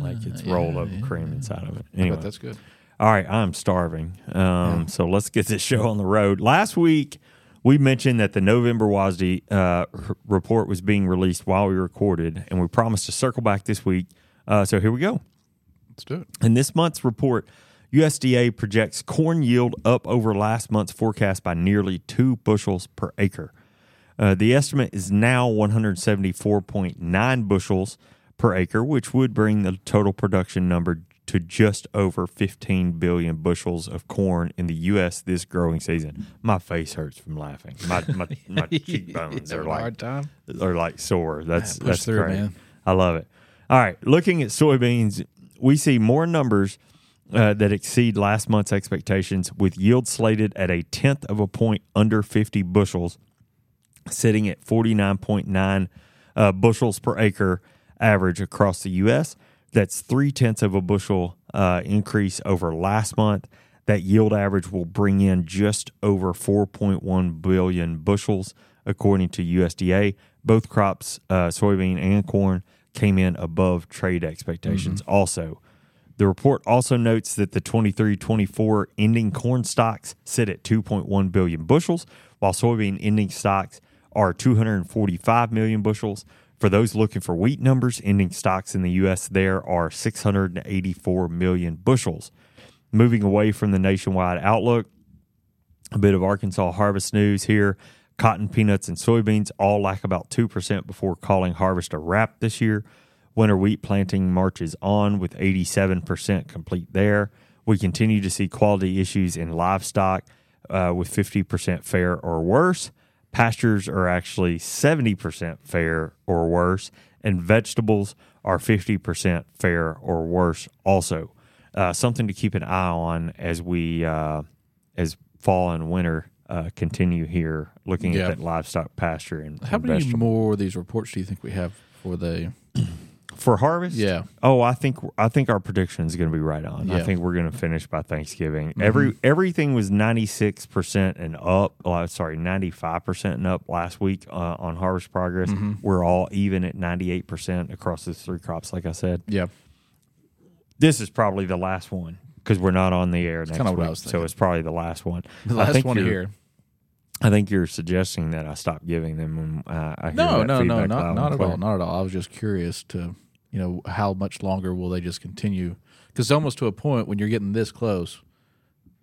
S1: like it's rolled up cream inside of it. Anyway,
S3: But that's good.
S1: All right, I'm starving. Um, So let's get this (laughs) show on the road. Last week, we mentioned that the November WASD uh, r- report was being released while we recorded, and we promised to circle back this week. Uh, so here we go.
S3: Let's do it.
S1: In this month's report, USDA projects corn yield up over last month's forecast by nearly two bushels per acre. Uh, the estimate is now 174.9 bushels per acre, which would bring the total production number to just over 15 billion bushels of corn in the U.S. this growing season. My face hurts from laughing. My my,
S3: (laughs)
S1: my cheekbones are like
S3: hard time.
S1: are Mm-hmm. like sore. That's that's
S3: through,
S1: great.
S3: man.
S1: I love it. All right, looking at soybeans, we see more numbers uh, that exceed last month's expectations, with yield slated at a tenth of a point under 50 bushels, sitting at 49.9 uh, bushels per acre average across the U.S. That's three tenths of a bushel uh, increase over last month. That yield average will bring in just over 4.1 billion bushels, according to USDA. Both crops, uh, soybean and corn, came in above trade expectations. Also, the report also notes that the 23 24 ending corn stocks sit at 2.1 billion bushels, while soybean ending stocks are 245 million bushels. For those looking for wheat numbers, ending stocks in the U.S. there are 684 million bushels. Moving away from the nationwide outlook, a bit of Arkansas harvest news here. Cotton, peanuts, and soybeans all lack about 2% before calling harvest a wrap this year. Winter wheat planting marches on with 87% complete there. We continue to see quality issues in livestock uh, with 50% fair or worse. Pastures are actually 70% fair or worse, and vegetables are 50% fair or worse also. Uh, something to keep an eye on as we uh, as fall and winter uh, continue here, looking
S3: Yeah.
S1: at that livestock pasture and,
S3: How
S1: and
S3: many
S1: vegetable.
S3: more of these reports do you think we have for the?
S1: for harvest.
S3: Yeah.
S1: Oh, I think I think our prediction is going to be right on. I
S3: Yeah. Mm-hmm.
S1: think we're going to finish by Thanksgiving. Every everything was ninety six percent and up. Oh, sorry, ninety five percent and up last week uh, on harvest progress.
S3: Mm-hmm.
S1: We're all even at ninety eight percent across those three crops. Like I said,
S3: Yeah,
S1: this is probably the last one because we're not on the air next
S3: kinda what I
S1: week,
S3: was
S1: so
S3: thinking.
S1: it's probably the last one.
S3: the
S1: I
S3: last
S1: think
S3: one
S1: you're-
S3: here.
S1: I think you're suggesting that I stop giving them. When, uh, I hear
S3: No,
S1: that
S3: no, no,
S1: feedback
S3: not
S1: loud
S3: not
S1: and
S3: at
S1: clear.
S3: all, not at all. I was just curious to, you know, how much longer will they just continue? Because almost to a point when you're getting this close,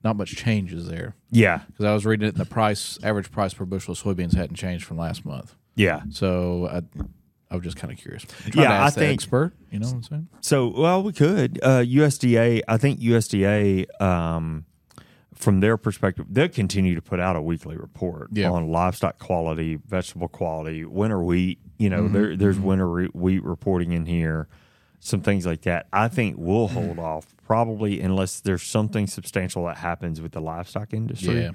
S3: not much change is there.
S1: Yeah,
S3: Because I was reading it, and the price average price per bushel of soybeans hadn't changed from last month.
S1: yeah.
S3: So I, I was just kind of curious. Trying
S1: Yeah,
S3: to ask
S1: I
S3: the
S1: think-
S3: expert. You know what I'm saying?
S1: So, well, we could. Uh, USDA, I think USDA, um, from their perspective, they'll continue to put out a weekly report
S3: Yeah.
S1: on livestock quality, vegetable quality, winter wheat. You know,
S3: Mm-hmm.
S1: there, there's winter re- wheat reporting in here, some things like that. I think we'll
S3: (clears throat)
S1: hold off probably unless there's something substantial that happens with the livestock industry
S3: Yeah.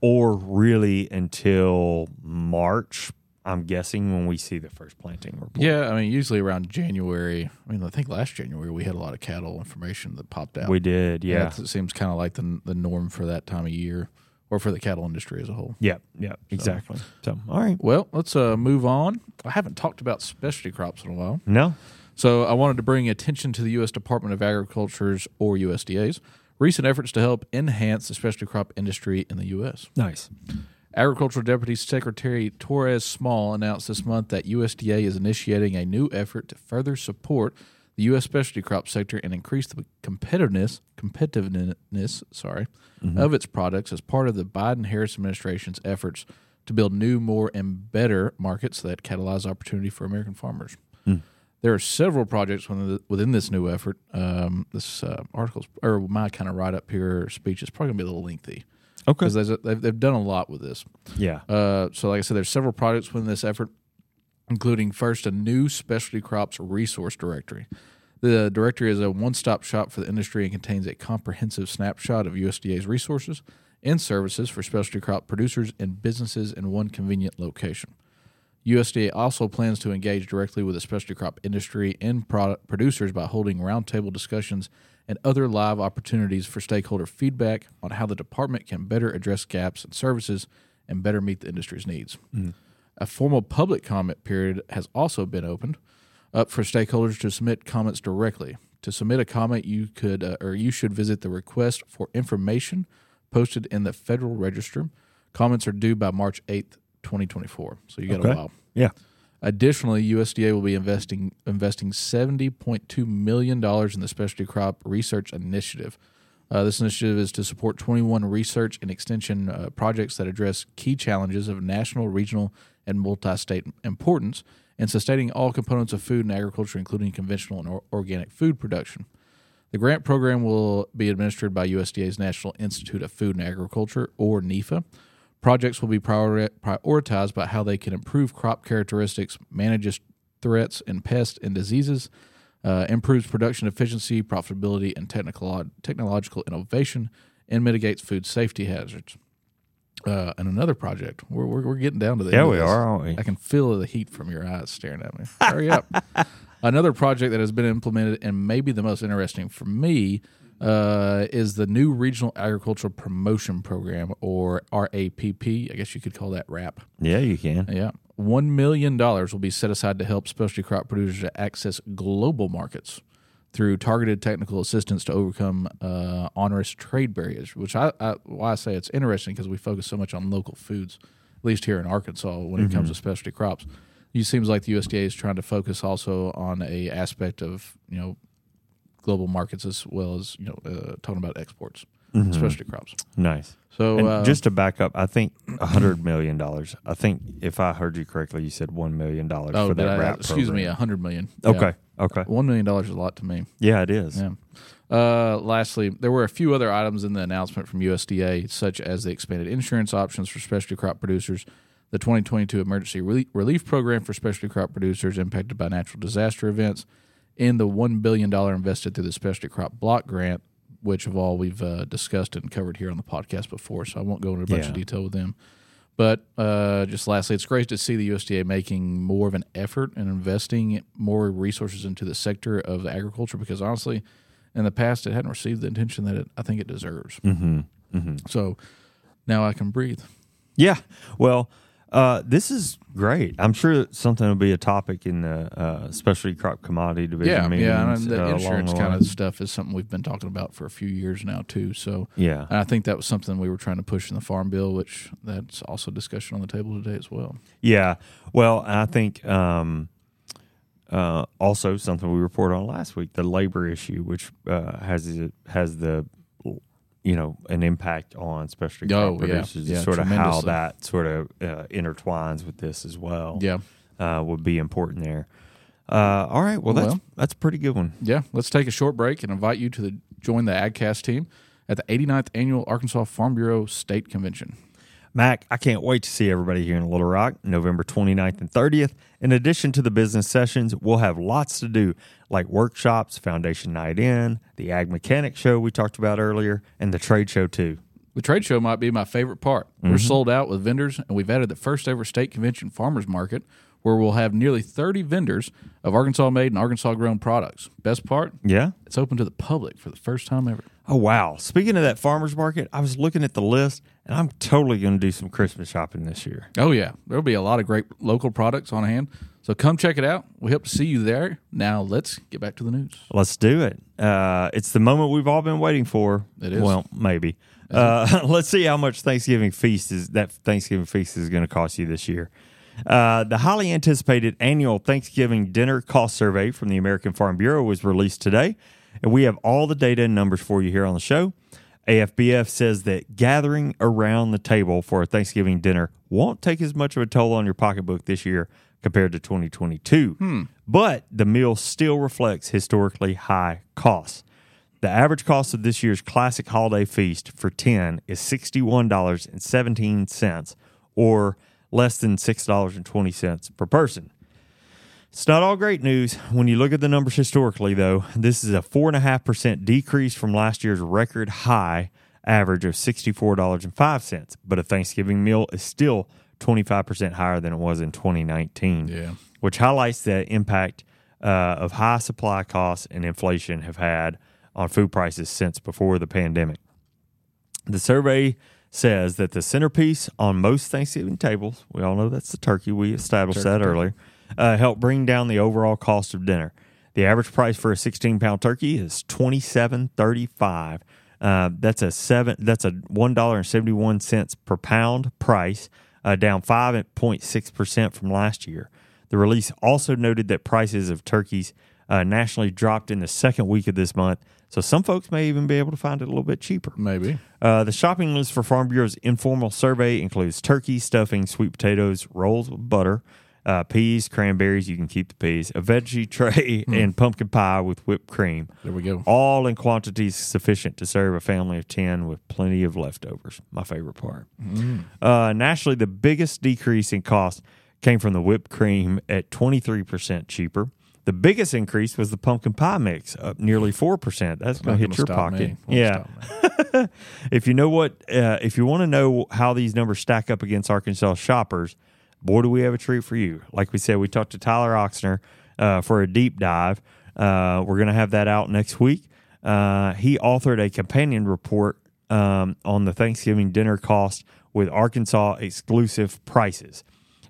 S1: or really until March. I'm guessing when we see the first planting report.
S3: Yeah, I mean, usually around January. I mean, I think last January we had a lot of cattle information that popped out.
S1: We did,
S3: And
S1: yeah.
S3: that's- it seems kind of like the the norm for that time of year, or for the cattle industry as a whole.
S1: Yep, yep, exactly. So, all right.
S3: Well, let's uh, move on. I haven't talked about specialty crops in a while.
S1: No.
S3: So I wanted to bring attention to the U.S. Department of Agriculture's or USDA's recent efforts to help enhance the specialty crop industry in the U.S.
S1: Nice.
S3: Agricultural Deputy Secretary Torres Small announced this month that USDA is initiating a new effort to further support the U.S. specialty crop sector and increase the competitiveness competitiveness sorry of its products as part of the Biden-Harris administration's efforts to build new, more, and better markets that catalyze opportunity for American farmers. There are several projects within, the, within this new effort. Um, this uh, article's or my kind of write up here speech is probably going to be a little lengthy.
S1: Okay.
S3: because they've, they've done a lot with this.
S1: Yeah.
S3: Uh, so, like I said, there's several projects within this effort, including first a new specialty crops resource directory. The directory is a one-stop shop for the industry and contains a comprehensive snapshot of USDA's resources and services for specialty crop producers and businesses in one convenient location. USDA also plans to engage directly with the specialty crop industry and product producers by holding roundtable discussions and other live opportunities for stakeholder feedback on how the department can better address gaps in services and better meet the industry's needs. A formal public comment period has also been opened up for stakeholders to submit comments directly. To submit a comment, you could uh, or you should visit the request for information posted in the Federal Register. Comments are due by March 8th, 2024. So you got
S1: Okay.
S3: a while.
S1: Yeah.
S3: Additionally, USDA will be investing investing seventy point two million dollars in the specialty crop research initiative. Uh, this initiative is to support twenty one research and extension uh, projects that address key challenges of national, regional, and multi state importance in sustaining all components of food and agriculture, including conventional and or- organic food production. The grant program will be administered by USDA's National Institute of Food and Agriculture, or NIFA. Projects will be priori- prioritized by how they can improve crop characteristics, manages threats and pests and diseases, uh, improves production efficiency, profitability, and technical- technological innovation, and mitigates food safety hazards. Uh, and another project. We're, we're, we're getting down to the
S1: Yeah,
S3: end of
S1: we
S3: this.
S1: are, aren't we?
S3: I can feel the heat from your eyes staring at me. Hurry up. Another project that has been implemented and maybe the most interesting for me uh, is the new Regional Agricultural Promotion Program, or RAPP. I guess you could call that RAP.
S1: Yeah, you can.
S3: Yeah. $1 million will be set aside to help specialty crop producers to access global markets through targeted technical assistance to overcome uh, onerous trade barriers, which I, I why I say it's interesting because we focus so much on local foods, at least here in Arkansas when it
S1: Mm-hmm.
S3: comes to specialty crops. It seems like the USDA is trying to focus also on a aspect of, you know, global markets as well as, you know, uh, talking about exports, specialty crops.
S1: Mm-hmm. Nice.
S3: So
S1: And
S3: uh,
S1: just to back up, I think a hundred million dollars. I think if I heard you correctly, you said one million dollars
S3: oh,
S1: for
S3: did
S1: that
S3: I-
S1: wrap.
S3: excuse me,
S1: program.
S3: 100 million. Yeah.
S1: Okay. Okay.
S3: $1 million is a lot to me.
S1: Yeah, it is.
S3: Yeah. Uh, lastly, there were a few other items in the announcement from USDA, such as the expanded insurance options for specialty crop producers, the 2022 emergency Rel- relief program for specialty crop producers impacted by natural disaster events, and the $1 billion invested through the specialty crop block grant, which of all we've uh, discussed and covered here on the podcast before. So I won't go into a bunch
S1: Yeah.
S3: of detail with them. But uh, just lastly, it's great to see the USDA making more of an effort and investing more resources into the sector of agriculture because honestly, in the past, it hadn't received the attention that it, I think it deserves. Mm-hmm. So now I can breathe.
S1: Yeah. Well, uh, this is great. I'm sure that something will be a topic in the uh, specialty crop commodity division
S3: Yeah,
S1: meetings.
S3: yeah. And the
S1: uh, along
S3: insurance
S1: the
S3: kind of
S1: lines.
S3: stuff is something we've been talking about for a few years now too. So
S1: Yeah.
S3: and I think that was something we were trying to push in the farm bill, which that's also discussion on the table today as well.
S1: Yeah. Well, and I think um, uh, also something we reported on last week, the labor issue, which uh, has the- has the you know an impact on specialty crop
S3: Oh, yeah.
S1: producers.
S3: Yeah,
S1: sort of how
S3: tremendously.
S1: that sort of uh, intertwines with this as well.
S3: Yeah,
S1: uh, would be important there. Uh, all right. Well, that's
S3: Well.
S1: that's a pretty good one.
S3: yeah. Let's take a short break and invite you to the, join the AgCast team at the 89th annual Arkansas Farm Bureau State Convention.
S1: Mac, I can't wait to see everybody here in Little Rock November 29th and 30th. In addition to the business sessions, we'll have lots to do like workshops, Foundation Night In, the Ag Mechanic Show we talked about earlier, and the trade show too.
S3: The trade show might be my favorite part. We're
S1: Mm-hmm.
S3: sold out with vendors, and we've added the first ever state convention farmers market where we'll have nearly 30 vendors of Arkansas made and Arkansas grown products. Best part,
S1: Yeah?
S3: it's open to the public for the first time ever.
S1: Oh, wow. Speaking of that farmer's market, I was looking at the list and I'm totally going to do some Christmas shopping this year.
S3: Oh, yeah. There'll be a lot of great local products on hand. So come check it out. We hope to see you there. Now let's get back to the news.
S1: Let's do it. Uh, it's the moment we've all been waiting for.
S3: It is.
S1: Well, maybe. Uh, (laughs) let's see how much Thanksgiving feast is that Thanksgiving feast is going to cost you this year. Uh, the highly anticipated annual Thanksgiving dinner cost survey from the American Farm Bureau was released today, and we have all the data and numbers for you here on the show. AFBF says that gathering around the table for a Thanksgiving dinner won't take as much of a toll on your pocketbook this year compared to 2022, but the meal still reflects historically high costs. The average cost of this year's classic holiday feast for 10 is $61.17 or less than $6.20 per person. It's not all great news. When you look at the numbers historically, though, this is a 4.5% decrease from last year's record high average of $64.05. But a Thanksgiving meal is still 25% higher than it was in 2019,
S3: Yeah.
S1: which highlights the impact uh, of high supply costs and inflation have had on food prices since before the pandemic. The survey says that the centerpiece on most Thanksgiving tables, we all know that's the turkey, we established that earlier, uh, helped bring down the overall cost of dinner. The average price for a 16 pound turkey is twenty seven thirty five. Uh, that's a seven. That's a one dollar and seventy one cents per pound price, uh, down five point six percent from last year. The release also noted that prices of turkeys uh, nationally dropped in the second week of this month, so some folks may even be able to find it a little bit cheaper.
S3: Maybe.
S1: Uh, the shopping list for Farm Bureau's informal survey includes turkey, stuffing, sweet potatoes, rolls with butter, uh, peas, cranberries. You can keep the peas, a veggie (laughs) tray, and pumpkin pie with whipped cream.
S3: Hmm. There we go.
S1: All in quantities sufficient to serve a family of 10 with plenty of leftovers. My favorite part.
S3: Hmm.
S1: Uh, nationally, the biggest decrease in cost came from the whipped cream at 23% cheaper. The biggest increase was the pumpkin pie mix, up nearly 4%. That's going
S3: Not
S1: to
S3: gonna
S1: hit your
S3: stop
S1: pocket.
S3: me. Won't
S1: yeah.
S3: stop me.
S1: If you know what, uh, if you want to know how these numbers stack up against Arkansas shoppers, boy, do we have a treat for you. Like we said, we talked to Tyler Oxner uh, for a deep dive. Uh, we're going to have that out next week. Uh, he authored a companion report um, on the Thanksgiving dinner cost with Arkansas exclusive prices.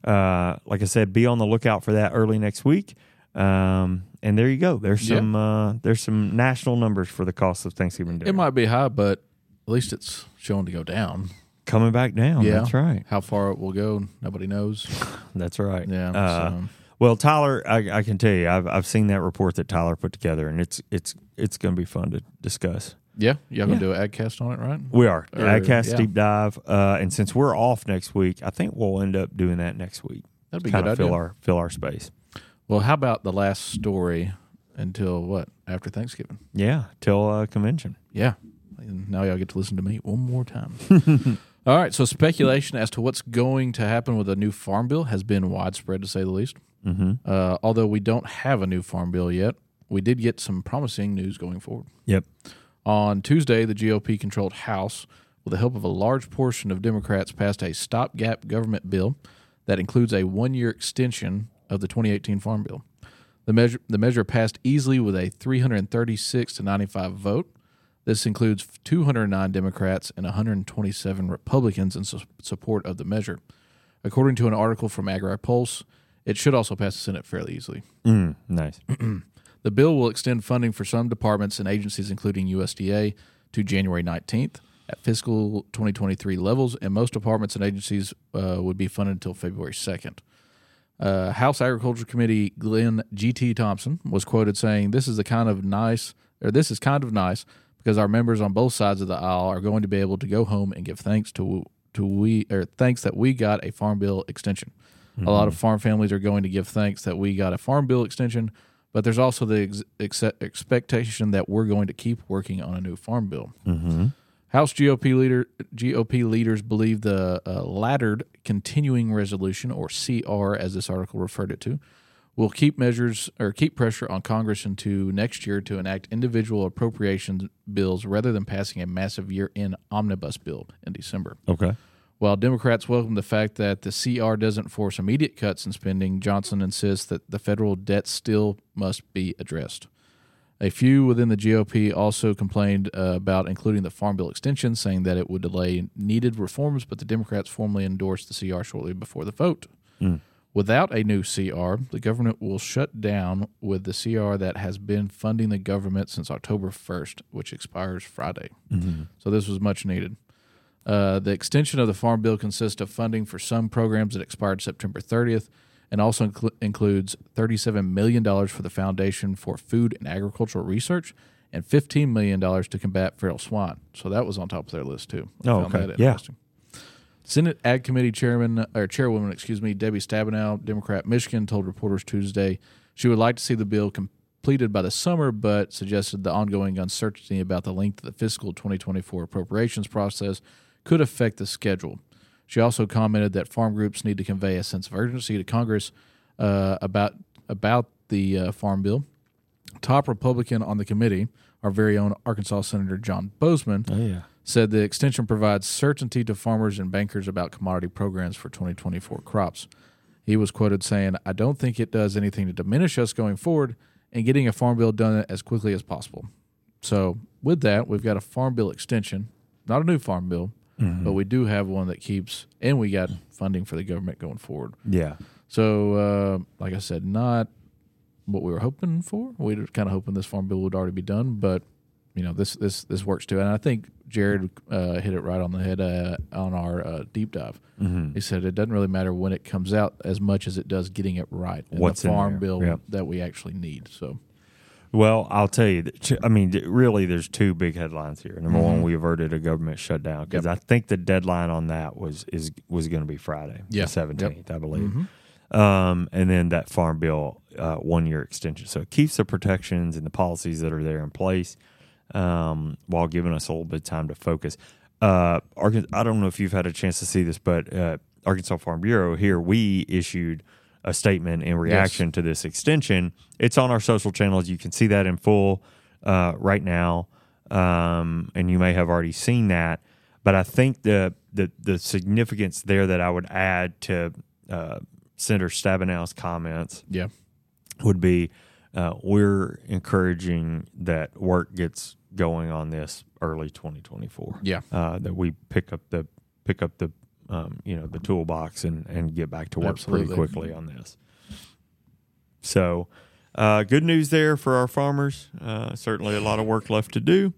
S1: Uh, like I said, be on the lookout for that early next week. Um, and there you go. There's
S3: Yeah.
S1: some uh, there's some national numbers for the cost of Thanksgiving dinner.
S3: It might be high, but at least it's showing to go down.
S1: Coming back down.
S3: yeah,
S1: That's right.
S3: How far it will go, nobody knows.
S1: That's right.
S3: Yeah,
S1: Uh,
S3: so-
S1: Well, Tyler, I, I can tell you, I've I've seen that report that Tyler put together, and it's it's it's going to be fun to discuss.
S3: Yeah, y'all gonna
S1: Yeah.
S3: do an adcast on it, right?
S1: We are
S3: Or-
S1: Agcast
S3: yeah.
S1: deep dive, uh, and since we're off next week, I think we'll end up doing that next week.
S3: That'd be a
S1: Kinda
S3: good
S1: fill
S3: idea.
S1: our fill our space.
S3: Well, how about the last story until what after Thanksgiving?
S1: Yeah, till uh, convention.
S3: Yeah, and now y'all get to listen to me one more time. All right, so speculation as to what's going to happen with a new farm bill has been widespread, to say the least. Mm-hmm. Uh, although we don't have a new farm bill yet, we did get some promising news going forward.
S1: Yep.
S3: On Tuesday, the GOP controlled House, with the help of a large portion of Democrats, passed a stopgap government bill that includes a one year extension of the 2018 Farm Bill. The measure, the measure passed easily with a 336 to 95 vote. This includes 209 Democrats and 127 Republicans in su- support of the measure. According to an article from Agri Pulse, it should also pass the Senate fairly easily.
S1: Mm, nice.
S3: The bill will extend funding for some departments and agencies, including USDA, to January 19th at fiscal 2023 levels, and most departments and agencies uh, would be funded until February 2nd. Uh, House Agriculture Committee Glenn G.T. Thompson was quoted saying, "This is the kind of nice, or this is kind of nice, because our members on both sides of the aisle are going to be able to go home and give thanks to to we or thanks that we got a farm bill extension. A lot of farm families are going to give thanks that we got a farm bill extension, but there's also the ex- exce- expectation that we're going to keep working on a new farm bill." House GOP leader GOP leaders believe the uh, laddered continuing resolution, or CR, as this article referred it to, will keep measures or keep pressure on Congress into next year to enact individual appropriations bills rather than passing a massive year-end omnibus bill in December.
S1: Okay.
S3: While Democrats welcome the fact that the CR doesn't force immediate cuts in spending, Johnson insists that the federal debt still must be addressed. A few within the GOP also complained uh, about including the Farm Bill extension, saying that it would delay needed reforms, but the Democrats formally endorsed the CR shortly before the vote.
S1: Mm,
S3: Without a new CR, the government will shut down with the CR that has been funding the government since October 1st, which expires Friday.
S1: mm-hmm.
S3: So this was much needed. Uh, the extension of the Farm Bill consists of funding for some programs that expired September 30th and also inclu- includes $37 million for the Foundation for Food and Agricultural Research and $15 million to combat feral swine. So that was on top of their list, too. I
S1: Oh,
S3: found
S1: okay.
S3: that
S1: Yeah.
S3: interesting. Senate Ag Committee Chairman or Chairwoman, excuse me, Debbie Stabenow, Democrat, Michigan, told reporters Tuesday she would like to see the bill completely completed by the summer, but suggested the ongoing uncertainty about the length of the fiscal 2024 appropriations process could affect the schedule. She also commented that farm groups need to convey a sense of urgency to Congress uh, about about the uh, farm bill. Top Republican on the committee, our very own Arkansas Senator John Bozeman,
S1: Oh, yeah.
S3: said the extension provides certainty to farmers and bankers about commodity programs for 2024 crops. He was quoted saying, I don't think it does anything to diminish us going forward and getting a farm bill done as quickly as possible. So, with that, we've got a farm bill extension, not a new farm bill, but we do have one that keeps, and we got funding for the government going forward.
S1: Yeah.
S3: So, uh, like I said, not what we were hoping for. We were kind of hoping this farm bill would already be done, but you know this this this works too. And I think Jared uh, hit it right on the head uh, on our uh, deep dive.
S1: Mm-hmm.
S3: He said it doesn't really matter when it comes out as much as it does getting it right. and
S1: What's
S3: the
S1: in
S3: farm
S1: there,
S3: bill
S1: yep.
S3: that we actually need? So
S1: Well, I'll tell you. That, ch- I mean, th- really, there's two big headlines here. Number
S3: Mm-hmm.
S1: one, we averted a government shutdown because I think the deadline on that was is was going to be Friday,
S3: Yeah.
S1: the
S3: Yep. Mm-hmm.
S1: seventeenth, I believe. Um, and then that farm bill uh, one year extension, so it keeps the protections and the policies that are there in place, um, while giving us a little bit of time to focus. Uh, Arkan- I don't know if you've had a chance to see this, but uh, Arkansas Farm Bureau here we issued a statement in reaction to this extension. It's on our social channels. You can see that in full uh, right now, um, and you may have already seen that. But I think the the the significance there that I would add to uh, Senator Stabenow's comments
S3: yeah,
S1: would be uh, we're encouraging that work gets going on this early 2024.
S3: Yeah.
S1: uh, that we pick up the pick up the um, you know the toolbox and and get back to work
S3: Absolutely.
S1: pretty quickly on this. So, uh, good news there for our farmers. Uh, certainly a lot of work left to do,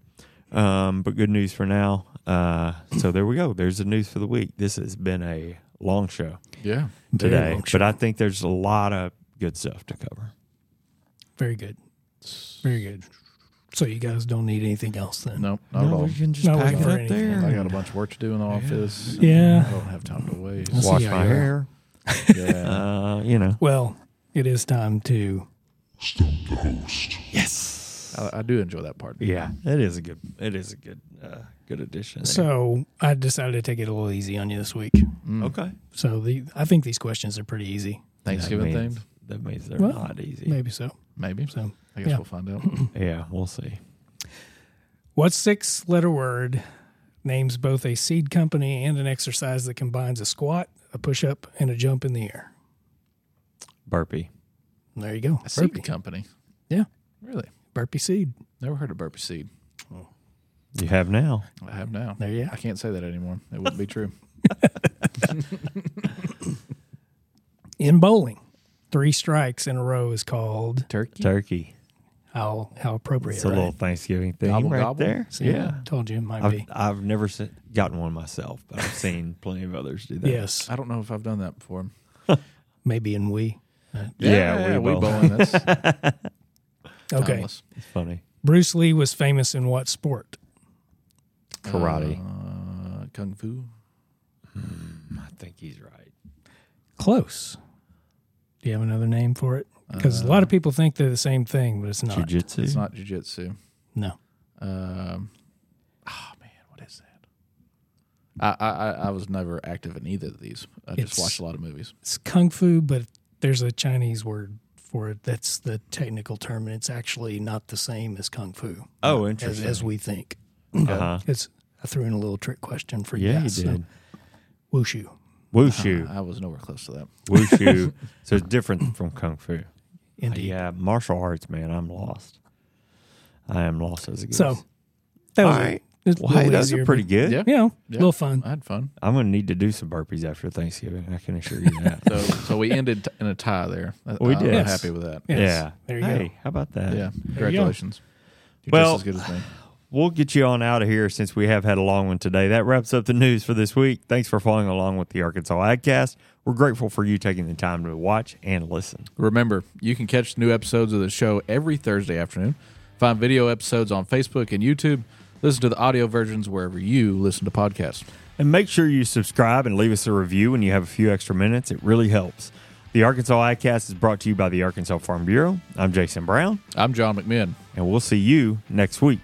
S1: um, but good news for now. Uh, so there we go. There's the news for the week. This has been a long show
S3: yeah.
S1: today,
S4: long
S1: but I think there's a lot of good stuff to cover.
S4: Very good. Very good. So you guys don't need anything else then?
S3: No, not at all.
S1: can just
S4: No, we can.
S3: I got a bunch of work to do in the office.
S4: Yeah.
S3: I don't have time to waste.
S4: We'll
S1: Wash
S4: see how
S1: my
S4: you are.
S1: hair. (laughs)
S3: Yeah.
S1: Uh, you know.
S4: Well, it is time to.
S1: Yes.
S3: I, I do enjoy that part.
S1: Yeah, Uh, it is a good. It is a good. Uh, good addition. there.
S4: So I decided to take it a little easy on you this week.
S3: Mm.
S1: Mm. okay.
S4: So the I think these questions are pretty easy.
S3: Thanksgiving
S1: that
S3: themed,
S1: means, That means they're
S4: Well,
S1: not easy.
S4: Maybe so.
S3: maybe.
S4: So
S3: I guess
S4: yeah.
S3: we'll find
S4: (clears throat)
S3: out.
S1: Yeah, we'll see.
S4: What six letter word names both a seed company and an exercise that combines a squat, a push up, and a jump in the air?
S1: Burpee.
S4: There you go.
S3: A seed
S4: Burpee.
S3: company.
S4: Yeah.
S3: Really?
S4: Burpee seed.
S3: Never heard of burpee seed.
S1: You have now.
S3: I have now.
S4: There you go.
S3: I can't say that anymore. It wouldn't
S4: (laughs)
S3: be true.
S4: In bowling, three strikes in a row is called
S3: Turkey.
S1: Turkey.
S4: how how appropriate.
S1: It's a
S4: right?
S1: little Thanksgiving thing
S3: Gobble,
S1: right
S3: gobble.
S1: there.
S4: See, I told you it might
S1: I've,
S4: be.
S1: I've never se- gotten one myself, but I've seen plenty of others do that. Uh,
S4: Yes,
S3: I don't know if I've done that before.
S4: maybe in we.
S1: Yeah, we
S3: we
S1: both. (laughs)
S3: bowling. That's
S4: Okay.
S3: timeless.
S1: It's funny.
S4: Bruce Lee was famous in what sport?
S1: Karate.
S3: Uh, Kung Fu.
S1: I think he's right.
S4: Close. Do you have another name for it?
S1: Uh,
S4: Because a lot of people think they're the same thing, but it's not.
S1: Jiu jitsu.
S3: It's not jujitsu.
S4: No.
S3: Um,
S1: Ah,
S3: oh man, what is that? I, I I- I was never active in either of these. I just
S4: It's-
S3: watched a lot of movies.
S4: It's kung fu, but there's a Chinese word for it. That's the technical term, and it's actually not the same as kung fu
S1: Oh,
S4: as,
S1: interesting.
S4: as we think.
S1: uh-huh.
S4: It's I threw in a little trick question for you
S1: Yeah,
S4: guys.
S1: he did. Uh,
S4: So, wushu.
S1: Wushu. (laughs)
S3: I was nowhere close to that.
S1: Wushu. so it's different from Kung Fu.
S4: Indeed.
S1: Yeah, martial arts, man. I'm lost. I am lost as a goose.
S4: So that was
S1: All
S4: it.
S1: right.
S4: It's a
S1: well, hey,
S4: little
S1: those
S4: easier,
S1: are pretty
S4: but,
S1: good.
S3: Yeah.
S4: You know,
S3: Yeah.
S4: a little fun.
S3: I had fun.
S1: I'm gonna need to do some burpees after Thanksgiving. I can (laughs) assure you that.
S3: So so we ended in a tie there. I-
S1: Oh. We did.
S3: I'm
S1: Yes.
S3: happy with that.
S4: Yes.
S1: Yeah.
S4: There you
S1: hey,
S4: go.
S1: how about that?
S3: Yeah.
S4: go.
S3: Congratulations. You're
S1: Well-
S3: just as good as me.
S1: We'll get you on out of here since we have had a long one today. That wraps up the news for this week. Thanks for following along with the Arkansas Agcast. We're grateful for you taking the time to watch and listen.
S3: Remember, you can catch new episodes of the show every Thursday afternoon. Find video episodes on Facebook and YouTube. Listen to the audio versions wherever you listen to podcasts.
S1: And make sure you subscribe and leave us a review when you have a few extra minutes. It really helps. The Arkansas ICAST is brought to you by the Arkansas Farm Bureau. I'm Jason Brown,
S3: I'm John McMinn.
S1: and we'll see you next week.